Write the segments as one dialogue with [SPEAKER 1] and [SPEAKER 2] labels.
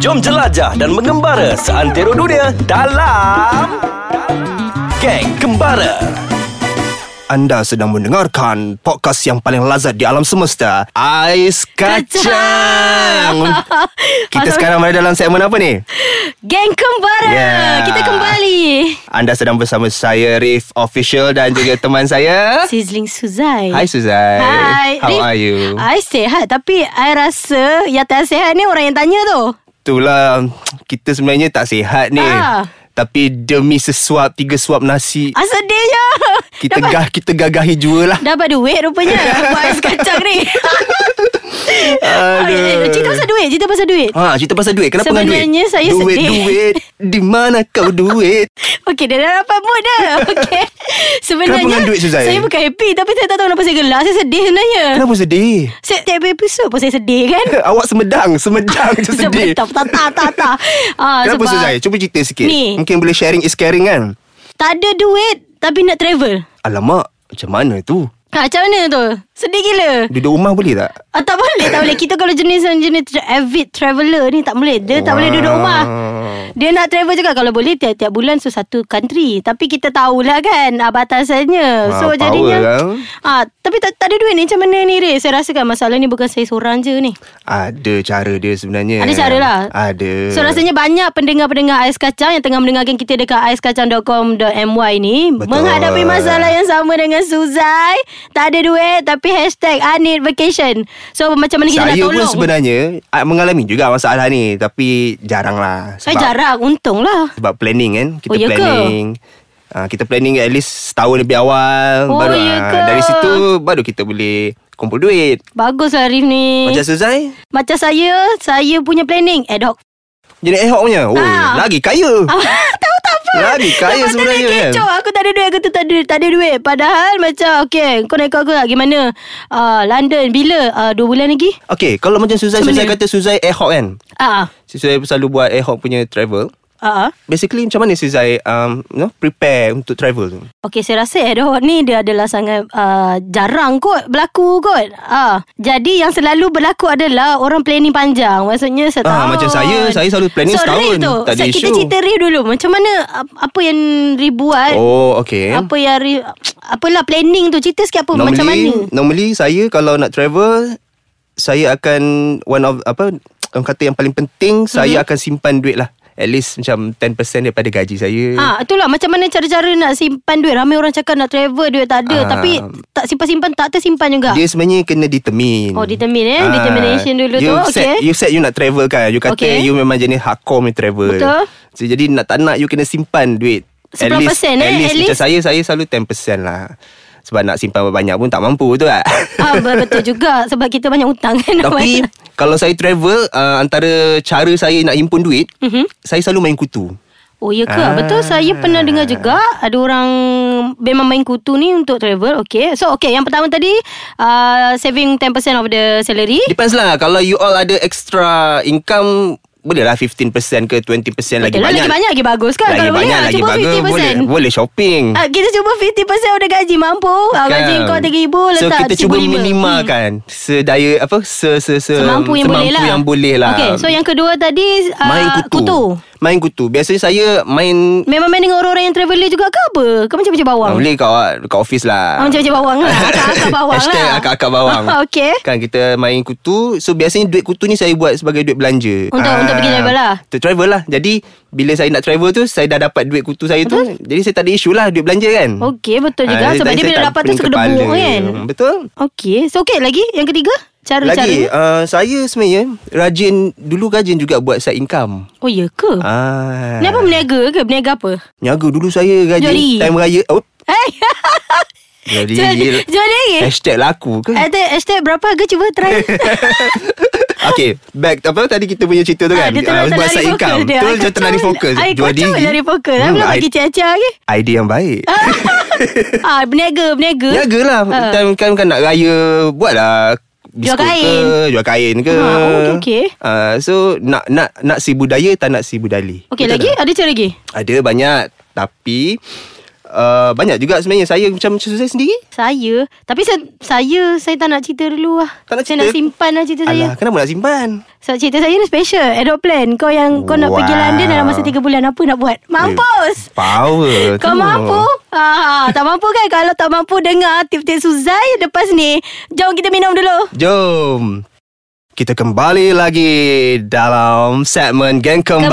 [SPEAKER 1] Jom jelajah dan mengembara seantero dunia dalam Geng Kembara.
[SPEAKER 2] Anda sedang mendengarkan podcast yang paling lazat di alam semesta Ais Kacang Kita sekarang berada dalam segmen apa ni?
[SPEAKER 3] Geng Kembara
[SPEAKER 2] Yeah.
[SPEAKER 3] Kita kembali
[SPEAKER 2] Anda sedang bersama saya Rif Official dan juga teman saya
[SPEAKER 3] Sizzling Suzai
[SPEAKER 2] Hai Suzai
[SPEAKER 3] Hai
[SPEAKER 2] How
[SPEAKER 3] Rif, Ah.
[SPEAKER 2] are you?
[SPEAKER 3] I sihat Tapi I rasa Yang tak sihat ni orang yang tanya tu
[SPEAKER 2] Itulah Kita sebenarnya tak sihat ni
[SPEAKER 3] Ah.
[SPEAKER 2] Tapi demi sesuap Tiga suap nasi
[SPEAKER 3] Ah sedihnya
[SPEAKER 2] Kita
[SPEAKER 3] dapat,
[SPEAKER 2] gah, kita gagahi jua lah
[SPEAKER 3] dapat duit rupanya Buat ais kacang ni
[SPEAKER 2] Aduh.
[SPEAKER 3] Eh, Cerita pasal duit Cerita pasal duit
[SPEAKER 2] Ha, cerita pasal duit. Kenapa dengan duit?
[SPEAKER 3] Sebenarnya saya
[SPEAKER 2] duit,
[SPEAKER 3] sedih.
[SPEAKER 2] Duit, Di mana kau duit?
[SPEAKER 3] Okay dia dah dapat mood dah Okay Sebenarnya
[SPEAKER 2] Kenapa dengan duit, Suzai?
[SPEAKER 3] Saya bukan happy Tapi saya tak tahu kenapa saya gelak Saya sedih sebenarnya
[SPEAKER 2] Kenapa sedih?
[SPEAKER 3] Saya tiap episod pun saya sedih kan
[SPEAKER 2] Awak semedang Semedang je sedih
[SPEAKER 3] Tak tak tak tak tak ah,
[SPEAKER 2] Kenapa
[SPEAKER 3] sebab
[SPEAKER 2] Suzai? Cuba cerita sikit
[SPEAKER 3] Ni.
[SPEAKER 2] Mungkin boleh sharing is caring kan
[SPEAKER 3] Tak ada duit Tapi nak travel
[SPEAKER 2] Alamak Macam mana tu?
[SPEAKER 3] Ha, macam mana tu? Sedih gila.
[SPEAKER 2] Duduk rumah boleh tak?
[SPEAKER 3] Ah, tak boleh, tak boleh. Kita kalau jenis jenis tra- avid traveller ni tak boleh. Dia tak boleh duduk rumah. Dia nak travel juga kalau boleh tiap-tiap bulan so satu country. Tapi kita tahulah kan ah, batasannya.
[SPEAKER 2] Wah,
[SPEAKER 3] so
[SPEAKER 2] power
[SPEAKER 3] jadinya
[SPEAKER 2] lah.
[SPEAKER 3] ah, tapi tak, tak ada duit ni macam mana ni Ray? Saya rasakan masalah ni bukan saya seorang je ni.
[SPEAKER 2] Ada cara dia sebenarnya
[SPEAKER 3] Ada cara lah
[SPEAKER 2] Ada
[SPEAKER 3] So rasanya banyak pendengar-pendengar Ais Kacang Yang tengah mendengarkan kita dekat aiskacang.com.my ni
[SPEAKER 2] Betul.
[SPEAKER 3] Menghadapi masalah yang sama dengan Suzai Tak ada duit Tapi hashtag I need vacation So macam mana kita
[SPEAKER 2] Saya
[SPEAKER 3] nak
[SPEAKER 2] pun
[SPEAKER 3] tolong
[SPEAKER 2] sebenarnya ah, Mengalami juga masalah ni Tapi jarang lah
[SPEAKER 3] Saya
[SPEAKER 2] sebab-
[SPEAKER 3] Eh, jarang Untung lah
[SPEAKER 2] Sebab planning kan Kita
[SPEAKER 3] Oh, ya ke?
[SPEAKER 2] planning Ah, kita planning at least setahun lebih awal
[SPEAKER 3] Oh,
[SPEAKER 2] baru
[SPEAKER 3] ya
[SPEAKER 2] ah,
[SPEAKER 3] ke?
[SPEAKER 2] dari situ baru kita boleh kumpul duit.
[SPEAKER 3] Bagus lah Arif ni
[SPEAKER 2] Macam
[SPEAKER 3] macam,
[SPEAKER 2] Suzai
[SPEAKER 3] macam saya Saya punya planning Ad hoc
[SPEAKER 2] jadi ad hoc punya. Oh,
[SPEAKER 3] Ah.
[SPEAKER 2] lagi kaya.
[SPEAKER 3] Ah, Tahu tak apa
[SPEAKER 2] Lagi kaya
[SPEAKER 3] Lepas tu dia
[SPEAKER 2] sebenarnya kan?
[SPEAKER 3] kecoh Aku tak ada duit Aku tu tak ada, tak ada duit Padahal macam Okay kau nak ikut aku tak Gimana uh, London bila uh, Dua bulan lagi
[SPEAKER 2] Okay, kalau macam Suzai,
[SPEAKER 3] Macam
[SPEAKER 2] Suzai
[SPEAKER 3] mana?
[SPEAKER 2] kata Suzai ad hoc kan?
[SPEAKER 3] Ah,
[SPEAKER 2] Suzai selalu buat ad hoc punya travel.
[SPEAKER 3] ah. ah.
[SPEAKER 2] Basically macam mana Suzai um, you know, prepare untuk travel tu?
[SPEAKER 3] Okay, saya rasa ad hoc ni dia adalah sangat uh, jarang kot berlaku kot. Ah, jadi yang selalu berlaku adalah orang planning panjang. Maksudnya setahun.
[SPEAKER 2] Ah, macam saya, saya selalu planning
[SPEAKER 3] so,
[SPEAKER 2] setahun.
[SPEAKER 3] Rif tu,
[SPEAKER 2] Tak ada
[SPEAKER 3] so, Kita
[SPEAKER 2] isu.
[SPEAKER 3] cerita Rif dulu. Macam mana ap- apa yang Rif buat?
[SPEAKER 2] Oh, okay.
[SPEAKER 3] Eh. Apa yang Rif, apalah planning tu. Cerita sikit apa Oh, macam mana?
[SPEAKER 2] Normally saya kalau nak travel saya akan one of apa orang kata yang paling penting mm-hmm. saya akan simpan duit lah. At least macam 10% daripada gaji saya.
[SPEAKER 3] Ah, itulah macam mana cara-cara nak simpan duit. Ramai orang cakap nak travel duit tak ada,
[SPEAKER 2] Ah.
[SPEAKER 3] tapi tak simpan-simpan tak tersimpan juga.
[SPEAKER 2] Dia sebenarnya kena determine Ah.
[SPEAKER 3] Oh, determine, eh. Determination dulu
[SPEAKER 2] you
[SPEAKER 3] tu,
[SPEAKER 2] set,
[SPEAKER 3] okay.
[SPEAKER 2] You set you nak travel kan You kata okay.
[SPEAKER 3] Okay.
[SPEAKER 2] you memang jenis hardcore punya travel
[SPEAKER 3] Betul.
[SPEAKER 2] so, Jadi nak tak nak you kena simpan duit at
[SPEAKER 3] 10% eh, at
[SPEAKER 2] least, Macam
[SPEAKER 3] least.
[SPEAKER 2] saya Saya selalu 10% lah Sebab nak simpan banyak pun tak mampu tu lah
[SPEAKER 3] Ah, betul juga sebab kita banyak hutang kan.
[SPEAKER 2] Tapi Kalau saya travel uh, Antara cara saya nak himpun duit
[SPEAKER 3] Mhm.
[SPEAKER 2] Saya selalu main kutu
[SPEAKER 3] Oh ya ke? Ah. Betul saya pernah dengar juga ada orang memang main kutu ni untuk travel. Okay. So okay yang pertama tadi uh, saving 10% of the salary.
[SPEAKER 2] Depends lah Kalau you all ada extra income Boleh lah 15% ke 20% lagi
[SPEAKER 3] Betul lah,
[SPEAKER 2] banyak
[SPEAKER 3] lagi banyak lagi bagus kan
[SPEAKER 2] Lagi
[SPEAKER 3] kalau boleh
[SPEAKER 2] banyak
[SPEAKER 3] lah,
[SPEAKER 2] lagi
[SPEAKER 3] cuba
[SPEAKER 2] bagus
[SPEAKER 3] 50%.
[SPEAKER 2] Boleh, boleh shopping
[SPEAKER 3] Ah, kita cuba 50% of the gaji mampu. Ah, gaji
[SPEAKER 2] Kan?
[SPEAKER 3] kau 3000
[SPEAKER 2] So
[SPEAKER 3] letak
[SPEAKER 2] kita cuba
[SPEAKER 3] 1500.
[SPEAKER 2] minimalkan hmm. Sedaya apa se, se, se,
[SPEAKER 3] Semampu yang boleh lah.
[SPEAKER 2] yang boleh lah
[SPEAKER 3] Okay, so yang kedua tadi uh,
[SPEAKER 2] Main kutu.
[SPEAKER 3] kutu.
[SPEAKER 2] Main kutu Biasanya saya main
[SPEAKER 3] Memang main dengan orang-orang yang traveller juga ke apa? Kau macam-macam bawang.
[SPEAKER 2] Ah, Boleh kat, kat office lah
[SPEAKER 3] Ah, Macam-macam bawang lah Akak-akak bawang lah
[SPEAKER 2] Hashtag akak-akak bawang
[SPEAKER 3] Okay
[SPEAKER 2] Kan kita main kutu So biasanya duit kutu ni Saya buat sebagai duit belanja Ah.
[SPEAKER 3] Untuk- untuk pergi travel lah.
[SPEAKER 2] Untuk travel lah Jadi Bila saya nak travel tu Saya dah dapat duit kutu saya tu Jadi saya tak ada isu lah Duit belanja kan
[SPEAKER 3] Okey, betul juga.
[SPEAKER 2] jadi
[SPEAKER 3] Sebab
[SPEAKER 2] saya
[SPEAKER 3] dia bila
[SPEAKER 2] tak
[SPEAKER 3] dapat tu
[SPEAKER 2] pening
[SPEAKER 3] suka
[SPEAKER 2] kepala.
[SPEAKER 3] debu kan?
[SPEAKER 2] Hmm, Betul
[SPEAKER 3] Okay So okay lagi Yang ketiga
[SPEAKER 2] Lagi
[SPEAKER 3] Cara-cara
[SPEAKER 2] uh, Saya sebenarnya Rajin Dulu rajin juga buat side income
[SPEAKER 3] Oh ya ke ha.
[SPEAKER 2] Ah,
[SPEAKER 3] Kenapa berniaga ke Berniaga apa
[SPEAKER 2] Niaga dulu saya rajin
[SPEAKER 3] Jari.
[SPEAKER 2] Time raya oh,
[SPEAKER 3] Eh
[SPEAKER 2] Jadi
[SPEAKER 3] Jual jual lagi
[SPEAKER 2] Hashtag laku ke
[SPEAKER 3] Hashtag, hashtag berapa harga Cuba try
[SPEAKER 2] Okay Back apa tadi kita punya cerita tu kan
[SPEAKER 3] Ah, Dia
[SPEAKER 2] Ah,
[SPEAKER 3] terlalu tak
[SPEAKER 2] Buat
[SPEAKER 3] lari
[SPEAKER 2] side
[SPEAKER 3] fokus
[SPEAKER 2] income Tu
[SPEAKER 3] dia. I
[SPEAKER 2] macam
[SPEAKER 3] kacau-
[SPEAKER 2] terlari fokus
[SPEAKER 3] I
[SPEAKER 2] Jual
[SPEAKER 3] kacau
[SPEAKER 2] diri.
[SPEAKER 3] lari fokus
[SPEAKER 2] Hmm,
[SPEAKER 3] hmm, Pula
[SPEAKER 2] i-
[SPEAKER 3] bagi cia-cia lagi
[SPEAKER 2] Idea yang baik
[SPEAKER 3] Ah, Berniaga Berniaga
[SPEAKER 2] Niaga lah
[SPEAKER 3] Ah.
[SPEAKER 2] Time kan, kan nak raya Buat lah
[SPEAKER 3] Jual
[SPEAKER 2] biskut
[SPEAKER 3] kain.
[SPEAKER 2] ke, Jual kain ke
[SPEAKER 3] Ah, oh, okey.
[SPEAKER 2] Ah, So nak nak nak si budaya Tak nak si budali
[SPEAKER 3] Okay
[SPEAKER 2] Betul
[SPEAKER 3] lagi
[SPEAKER 2] tak?
[SPEAKER 3] Ada cara lagi
[SPEAKER 2] Ada banyak Tapi uh, banyak juga sebenarnya saya macam macam saya sendiri.
[SPEAKER 3] Saya Tapi saya Saya Saya tak nak cerita dulu lah
[SPEAKER 2] Tak nak
[SPEAKER 3] Saya nak
[SPEAKER 2] cerita?
[SPEAKER 3] simpan lah cerita saya
[SPEAKER 2] Alah, kenapa nak simpan?
[SPEAKER 3] Sebab cerita saya ni special Adult plan Kau yang Kau nak pergi
[SPEAKER 2] Wow.
[SPEAKER 3] London Dalam masa 3 bulan Apa nak buat Mampus
[SPEAKER 2] Power
[SPEAKER 3] Kau
[SPEAKER 2] tu.
[SPEAKER 3] mampu ha, Tak mampu kan Kalau tak mampu Dengar tip-tip Suzai Lepas ni Jom kita minum dulu
[SPEAKER 2] Jom kita kembali lagi dalam segmen Geng Kembara,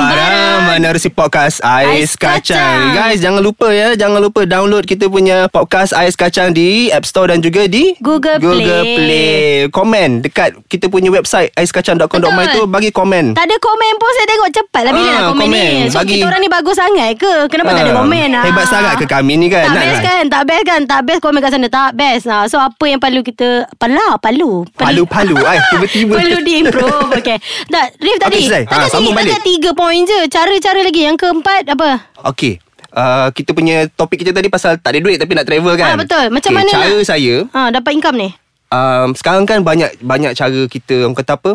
[SPEAKER 3] Kembara.
[SPEAKER 2] menerusi podcast Ais,
[SPEAKER 3] Ais
[SPEAKER 2] Kacang.
[SPEAKER 3] Kacang.
[SPEAKER 2] Guys, jangan lupa ya, jangan lupa download kita punya podcast Ais Kacang di App Store dan juga di
[SPEAKER 3] Google
[SPEAKER 2] Google
[SPEAKER 3] Play.
[SPEAKER 2] Play. Komen dekat kita punya website aiskacang.com.my tu
[SPEAKER 3] Betul.
[SPEAKER 2] bagi komen.
[SPEAKER 3] Tak ada komen pun Saya tengok cepatlah Bila
[SPEAKER 2] Ah,
[SPEAKER 3] nak komen,
[SPEAKER 2] komen.
[SPEAKER 3] ni So
[SPEAKER 2] Bagi-
[SPEAKER 3] kita orang ni bagus sangat ke Kenapa tak ada
[SPEAKER 2] Ah,
[SPEAKER 3] komen Ah.
[SPEAKER 2] Hebat sangat ke kami ni kan.
[SPEAKER 3] tak
[SPEAKER 2] Nak
[SPEAKER 3] best
[SPEAKER 2] lah.
[SPEAKER 3] kan Tak best kan Tak best komen kat sana Tak best lah So apa yang perlu kita Pala Palu
[SPEAKER 2] Palu-palu. Ay, tiba-tiba.
[SPEAKER 3] Perlu diimprove Okay Tak Rif tadi
[SPEAKER 2] Okey, Zai.
[SPEAKER 3] Tak
[SPEAKER 2] Ah,
[SPEAKER 3] ada
[SPEAKER 2] sambung
[SPEAKER 3] tiga- tak
[SPEAKER 2] balik.
[SPEAKER 3] ada tiga point je Cara-cara lagi Yang keempat apa
[SPEAKER 2] Okey. Uh, kita punya topik kita tadi pasal tak ada duit tapi nak travel kan.
[SPEAKER 3] Ah, betul. Macam
[SPEAKER 2] Okey,
[SPEAKER 3] mana
[SPEAKER 2] Cara
[SPEAKER 3] nak-
[SPEAKER 2] saya
[SPEAKER 3] ha, Dapat income ni
[SPEAKER 2] um, sekarang kan banyak banyak cara kita orang kata apa?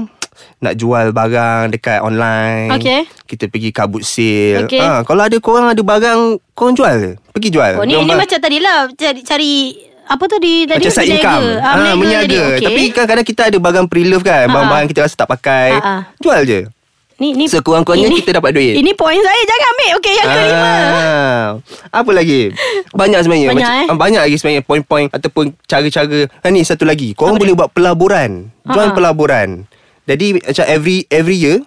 [SPEAKER 2] Nak jual barang dekat online.
[SPEAKER 3] Okey.
[SPEAKER 2] Kita pergi kabut sale.
[SPEAKER 3] Okey.
[SPEAKER 2] Ah, kalau ada korang ada barang korang jual ke? Pergi jual.
[SPEAKER 3] Oh ni,
[SPEAKER 2] Diorang
[SPEAKER 3] ni
[SPEAKER 2] ba-
[SPEAKER 3] macam tadi lah Cari, cari Apa tadi tadi
[SPEAKER 2] macam side income Ah,
[SPEAKER 3] ah, Meniaga
[SPEAKER 2] Meniaga
[SPEAKER 3] tadi, okay.
[SPEAKER 2] Tapi kadang-kadang kita ada Barang pre-love kan
[SPEAKER 3] Ha,
[SPEAKER 2] Barang-barang
[SPEAKER 3] ha.
[SPEAKER 2] kita rasa tak pakai
[SPEAKER 3] Ha, ha.
[SPEAKER 2] Jual je
[SPEAKER 3] ni, ni,
[SPEAKER 2] Sekurang-kurangnya
[SPEAKER 3] ini-
[SPEAKER 2] kita dapat duit.
[SPEAKER 3] Ini point saya Jangan ambil Okay yang kelima
[SPEAKER 2] Ah, apa lagi? Banyak sebenarnya. ah,
[SPEAKER 3] Banyak, eh?
[SPEAKER 2] banyak lagi sebenarnya poin-poin ataupun cara-cara. Ha ni satu lagi. Korang boleh buat pelaburan. Join
[SPEAKER 3] Ha-ha.
[SPEAKER 2] pelaburan. Jadi macam every every year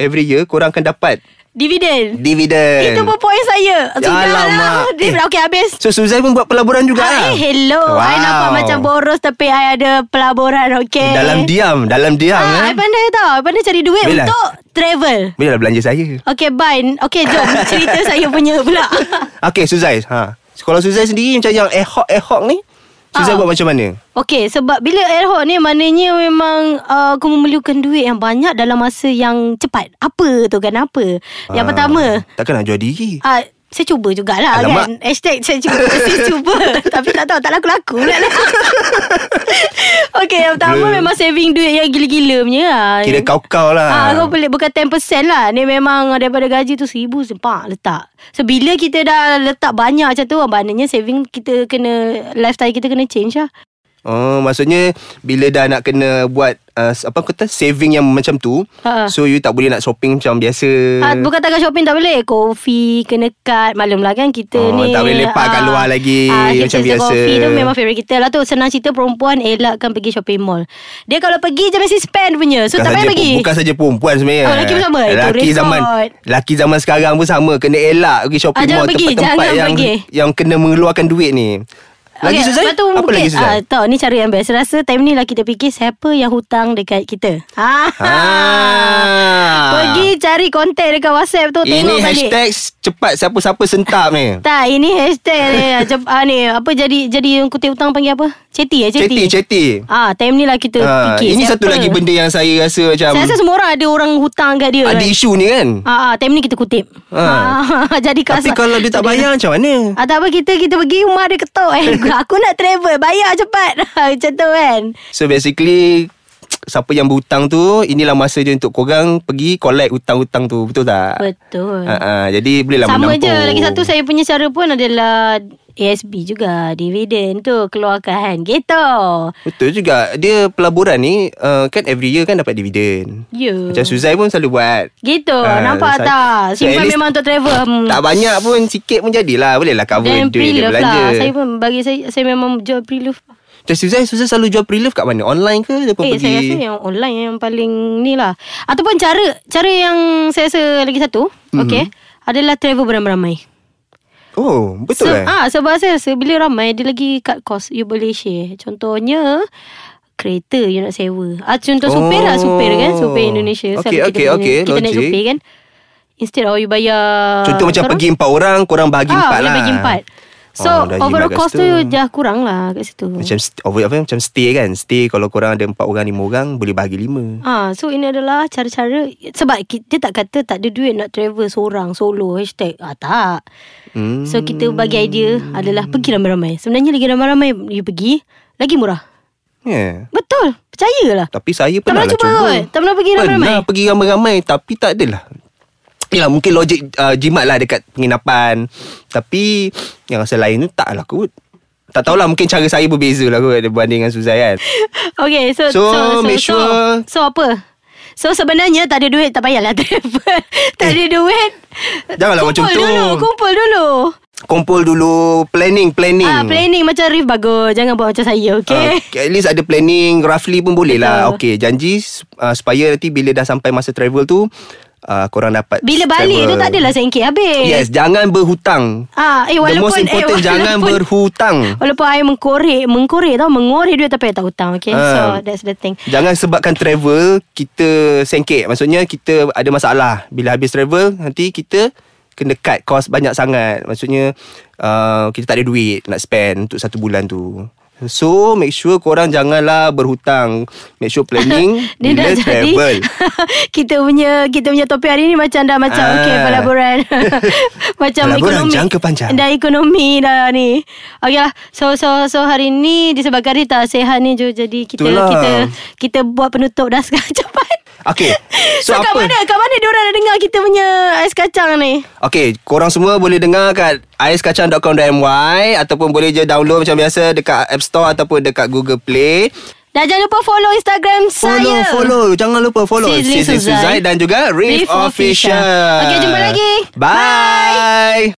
[SPEAKER 2] every year korang akan dapat
[SPEAKER 3] Dividen
[SPEAKER 2] dividen.
[SPEAKER 3] Itu pun point saya Sudahlah
[SPEAKER 2] Alamak.
[SPEAKER 3] Dia-
[SPEAKER 2] Eh.
[SPEAKER 3] Okay habis
[SPEAKER 2] So Suzai pun buat pelaburan juga.
[SPEAKER 3] Ah,
[SPEAKER 2] lah.
[SPEAKER 3] eh, hello. Wow. I nampak macam boros tapi I ada pelaburan, okay?
[SPEAKER 2] Dalam diam, dalam diam
[SPEAKER 3] Ah, I
[SPEAKER 2] eh.
[SPEAKER 3] pandai tau. I pandai cari duit
[SPEAKER 2] Bila?
[SPEAKER 3] untuk travel.
[SPEAKER 2] Bila lah belanja saya.
[SPEAKER 3] Okay, bye. Okay, jom. Cerita saya punya pula.
[SPEAKER 2] Okay Suzai, ha. Kalau Suzai sendiri macam yang ehok ehok ni, Suzai
[SPEAKER 3] Ah.
[SPEAKER 2] buat macam mana?
[SPEAKER 3] Okay, sebab bila ad hoc ni maknanya memang uh, aku memerlukan duit yang banyak dalam masa yang cepat. Apa tu kan? Apa? Yang
[SPEAKER 2] Ah,
[SPEAKER 3] pertama,
[SPEAKER 2] Takkan nak jual diri.
[SPEAKER 3] uh, saya cuba jugalah
[SPEAKER 2] Alamak.
[SPEAKER 3] kan. Hashtag saya cuba. saya cuba. Tapi tak tahu, tak laku-laku pula lah. okay, yang pertama
[SPEAKER 2] Betul.
[SPEAKER 3] memang saving duit yang gila-gila punya lah.
[SPEAKER 2] Kira kau-kau lah.
[SPEAKER 3] Ah, kau boleh bukan 10% lah. Ni memang daripada gaji tu seribu sempak letak. So bila kita dah letak banyak macam tu, ah, maknanya saving kita kena lifestyle kita kena change lah.
[SPEAKER 2] Oh, maksudnya bila dah nak kena buat uh, apa kata saving yang macam tu,
[SPEAKER 3] Ha.
[SPEAKER 2] so you tak boleh nak shopping macam biasa.
[SPEAKER 3] Ah, bukan takkan shopping tak boleh. Kopi kena cut. Maklum lah kan kita
[SPEAKER 2] Oh,
[SPEAKER 3] ni. ah,
[SPEAKER 2] tak boleh lepak kat luar lagi,
[SPEAKER 3] kita
[SPEAKER 2] macam
[SPEAKER 3] cerita
[SPEAKER 2] biasa.
[SPEAKER 3] Kopi tu memang favourite kita lah tu. Senang cerita perempuan elakkan pergi shopping mall. Dia kalau pergi je mesti spend punya. So
[SPEAKER 2] bukan
[SPEAKER 3] tak
[SPEAKER 2] saja
[SPEAKER 3] payah pergi.
[SPEAKER 2] bukan saja perempuan sebenarnya.
[SPEAKER 3] Oh, lelaki pun sama? Itu
[SPEAKER 2] Lelaki
[SPEAKER 3] repot.
[SPEAKER 2] zaman lelaki zaman sekarang pun sama, kena elak pergi shopping
[SPEAKER 3] Ah, jangan
[SPEAKER 2] mall
[SPEAKER 3] pergi,
[SPEAKER 2] tempat-tempat
[SPEAKER 3] jangan
[SPEAKER 2] yang
[SPEAKER 3] pergi.
[SPEAKER 2] yang kena mengeluarkan duit ni. Lagi
[SPEAKER 3] Okey,
[SPEAKER 2] susah?
[SPEAKER 3] lepas tu
[SPEAKER 2] Apa
[SPEAKER 3] mungkin,
[SPEAKER 2] lagi susah?
[SPEAKER 3] ah, tahu ni cara yang best. Rasa time ni lah kita fikir siapa yang hutang dekat kita. Ha.
[SPEAKER 2] Ha.
[SPEAKER 3] Pergi cari konten dekat WhatsApp tu
[SPEAKER 2] Ah. Ini
[SPEAKER 3] tengok balik.
[SPEAKER 2] hashtag cepat siapa-siapa sentap ni.
[SPEAKER 3] Tak, ini hashtag ni. Macam, ah, ni apa jadi jadi yang kutip hutang panggil apa? Ceti ya, ceti.
[SPEAKER 2] Ceti, ceti.
[SPEAKER 3] Ah, time ni lah kita
[SPEAKER 2] Ah,
[SPEAKER 3] fikir.
[SPEAKER 2] ini
[SPEAKER 3] siapa.
[SPEAKER 2] satu lagi benda yang saya rasa macam
[SPEAKER 3] Saya rasa semua orang ada orang hutang kat dia.
[SPEAKER 2] ada
[SPEAKER 3] right?
[SPEAKER 2] isu ni kan.
[SPEAKER 3] Ah, ah, time ni kita kutip.
[SPEAKER 2] Ah.
[SPEAKER 3] Ah, jadi
[SPEAKER 2] Tapi
[SPEAKER 3] kasar.
[SPEAKER 2] kalau dia tak bayar macam mana?
[SPEAKER 3] Ah, tak apa kita kita pergi rumah dia ketuk eh. aku nak travel, bayar cepat. Macam tu kan.
[SPEAKER 2] So basically Siapa yang berhutang tu Inilah masa je untuk korang Pergi collect hutang-hutang tu Betul tak?
[SPEAKER 3] Betul.
[SPEAKER 2] uh-uh, Jadi bolehlah
[SPEAKER 3] Sama
[SPEAKER 2] Ah, menampung
[SPEAKER 3] je Lagi satu saya punya cara pun adalah ASB juga Dividen tu Keluarkan Gitu
[SPEAKER 2] Betul juga Dia pelaburan ni uh, Kan every year kan dapat dividen
[SPEAKER 3] Ya yeah.
[SPEAKER 2] Macam Suzai pun selalu buat
[SPEAKER 3] Gitu
[SPEAKER 2] Ah,
[SPEAKER 3] Nampak
[SPEAKER 2] saya-
[SPEAKER 3] tak
[SPEAKER 2] So, at
[SPEAKER 3] Simpan
[SPEAKER 2] least
[SPEAKER 3] memang untuk travel Hmm.
[SPEAKER 2] Tak banyak pun Sikit pun jadilah Bolehlah cover
[SPEAKER 3] Dan
[SPEAKER 2] duit dia
[SPEAKER 3] pre-love
[SPEAKER 2] belanja
[SPEAKER 3] lah Saya pun bagi saya Saya memang jual pre-love
[SPEAKER 2] Macam Suzai Suzai selalu jual pre-love kat mana? Online ke? Dia pun
[SPEAKER 3] Eh
[SPEAKER 2] pergi
[SPEAKER 3] saya rasa yang online Yang paling ni lah Ataupun cara Cara yang Saya rasa lagi satu
[SPEAKER 2] Hmm.
[SPEAKER 3] mm-hmm. Okay Adalah travel beramai-ramai
[SPEAKER 2] Oh betul eh?
[SPEAKER 3] ah, Sebab saya rasa Bila ramai Dia lagi cut cost You boleh share Contohnya Kereta you nak sewa ah, Contoh supir lah Supir kan
[SPEAKER 2] Oh.
[SPEAKER 3] Supir Indonesia
[SPEAKER 2] Okay,
[SPEAKER 3] Selalu
[SPEAKER 2] okay,
[SPEAKER 3] kita,
[SPEAKER 2] okay,
[SPEAKER 3] Kita naik
[SPEAKER 2] logik.
[SPEAKER 3] supir kan Instead of you bayar
[SPEAKER 2] Contoh macam
[SPEAKER 3] berapa?
[SPEAKER 2] pergi empat orang Korang bagi
[SPEAKER 3] ah,
[SPEAKER 2] empat
[SPEAKER 3] boleh
[SPEAKER 2] lah
[SPEAKER 3] bagi empat So
[SPEAKER 2] Oh, dah jimat
[SPEAKER 3] oh, overall
[SPEAKER 2] kat
[SPEAKER 3] cost tu
[SPEAKER 2] situ.
[SPEAKER 3] Dah kurang lah kat situ
[SPEAKER 2] Macam st- over, apa, macam stay kan Stay kalau korang ada empat orang lima orang Boleh bahagi lima
[SPEAKER 3] Ah, so ini adalah cara-cara sebab ki- dia tak kata tak ada duit nak travel seorang solo hashtag ah tak.
[SPEAKER 2] hmm.
[SPEAKER 3] So kita bagi idea adalah pergi ramai-ramai. Sebenarnya lagi ramai-ramai you pergi lagi murah.
[SPEAKER 2] yeah.
[SPEAKER 3] Betul. Percayalah.
[SPEAKER 2] Ya. Tapi saya
[SPEAKER 3] Tak
[SPEAKER 2] pernah
[SPEAKER 3] pernah
[SPEAKER 2] lah
[SPEAKER 3] cuba
[SPEAKER 2] cuba
[SPEAKER 3] kot? Tak pernah pergi ramai-ramai?
[SPEAKER 2] Pernah pergi ramai-ramai Tapi tak adalah Yalah mungkin logik uh, jimat lah dekat penginapan Tapi yang rasa lain tu tak lah kot Tak tahulah mungkin cara saya berbeza lah kot Berbanding dengan Suzai kan
[SPEAKER 3] Okay so
[SPEAKER 2] So, make sure-
[SPEAKER 3] so, so apa So sebenarnya tak ada duit Tak payahlah travel Tak ada duit
[SPEAKER 2] Eh. Janganlah
[SPEAKER 3] kumpul
[SPEAKER 2] macam tu.
[SPEAKER 3] dulu, Kumpul dulu
[SPEAKER 2] Kumpul dulu planning planning
[SPEAKER 3] ah, Planning macam Rif bagus Jangan buat macam saya okay
[SPEAKER 2] Uh, at least ada planning Roughly pun boleh lah
[SPEAKER 3] Betul.
[SPEAKER 2] Okay janji uh, Supaya nanti bila dah sampai masa travel tu uh, Korang dapat
[SPEAKER 3] Bila balik
[SPEAKER 2] travel.
[SPEAKER 3] tu tak adalah RM1 habis
[SPEAKER 2] Yes Jangan berhutang
[SPEAKER 3] Ah, eh
[SPEAKER 2] The
[SPEAKER 3] walaupun
[SPEAKER 2] most important
[SPEAKER 3] eh,
[SPEAKER 2] Jangan berhutang
[SPEAKER 3] Walaupun I mengkorek Mengkorek tau Mengorek duit tapi I tak hutang Okay
[SPEAKER 2] Ah.
[SPEAKER 3] so that's the thing
[SPEAKER 2] Jangan sebabkan travel Kita sengkek Maksudnya kita ada masalah Bila habis travel Nanti kita Kena cut cost banyak sangat Maksudnya uh, Kita tak ada duit Nak spend Untuk satu bulan tu So make sure korang janganlah berhutang Make sure planning
[SPEAKER 3] Dia
[SPEAKER 2] Bila
[SPEAKER 3] dah jadi
[SPEAKER 2] travel
[SPEAKER 3] Kita punya Kita punya topik hari ni Macam dah macam
[SPEAKER 2] Ah.
[SPEAKER 3] Okay pelaburan Macam
[SPEAKER 2] Pelaburan
[SPEAKER 3] ekonomi
[SPEAKER 2] jangka panjang.
[SPEAKER 3] Dah ekonomi dah ni Okay lah So so, so hari ni Disebabkan hari tak sihat ni Jo Jadi kita
[SPEAKER 2] Itulah.
[SPEAKER 3] Kita kita buat penutup dah sekarang Cepat
[SPEAKER 2] Okay
[SPEAKER 3] So, kat mana Kat mana diorang dah dengar Kita punya ais kacang ni
[SPEAKER 2] Okay, korang semua boleh dengar kat aiskacang.com.my Ataupun boleh je download macam biasa dekat App Store ataupun dekat Google Play
[SPEAKER 3] Dan jangan lupa follow Instagram
[SPEAKER 2] Follow,
[SPEAKER 3] saya
[SPEAKER 2] follow Jangan lupa follow
[SPEAKER 3] Sizzling
[SPEAKER 2] Sizzling
[SPEAKER 3] Suzai
[SPEAKER 2] dan juga Reef
[SPEAKER 3] Reef Official.
[SPEAKER 2] Official
[SPEAKER 3] Okey, jumpa lagi.
[SPEAKER 2] Bye, Bye.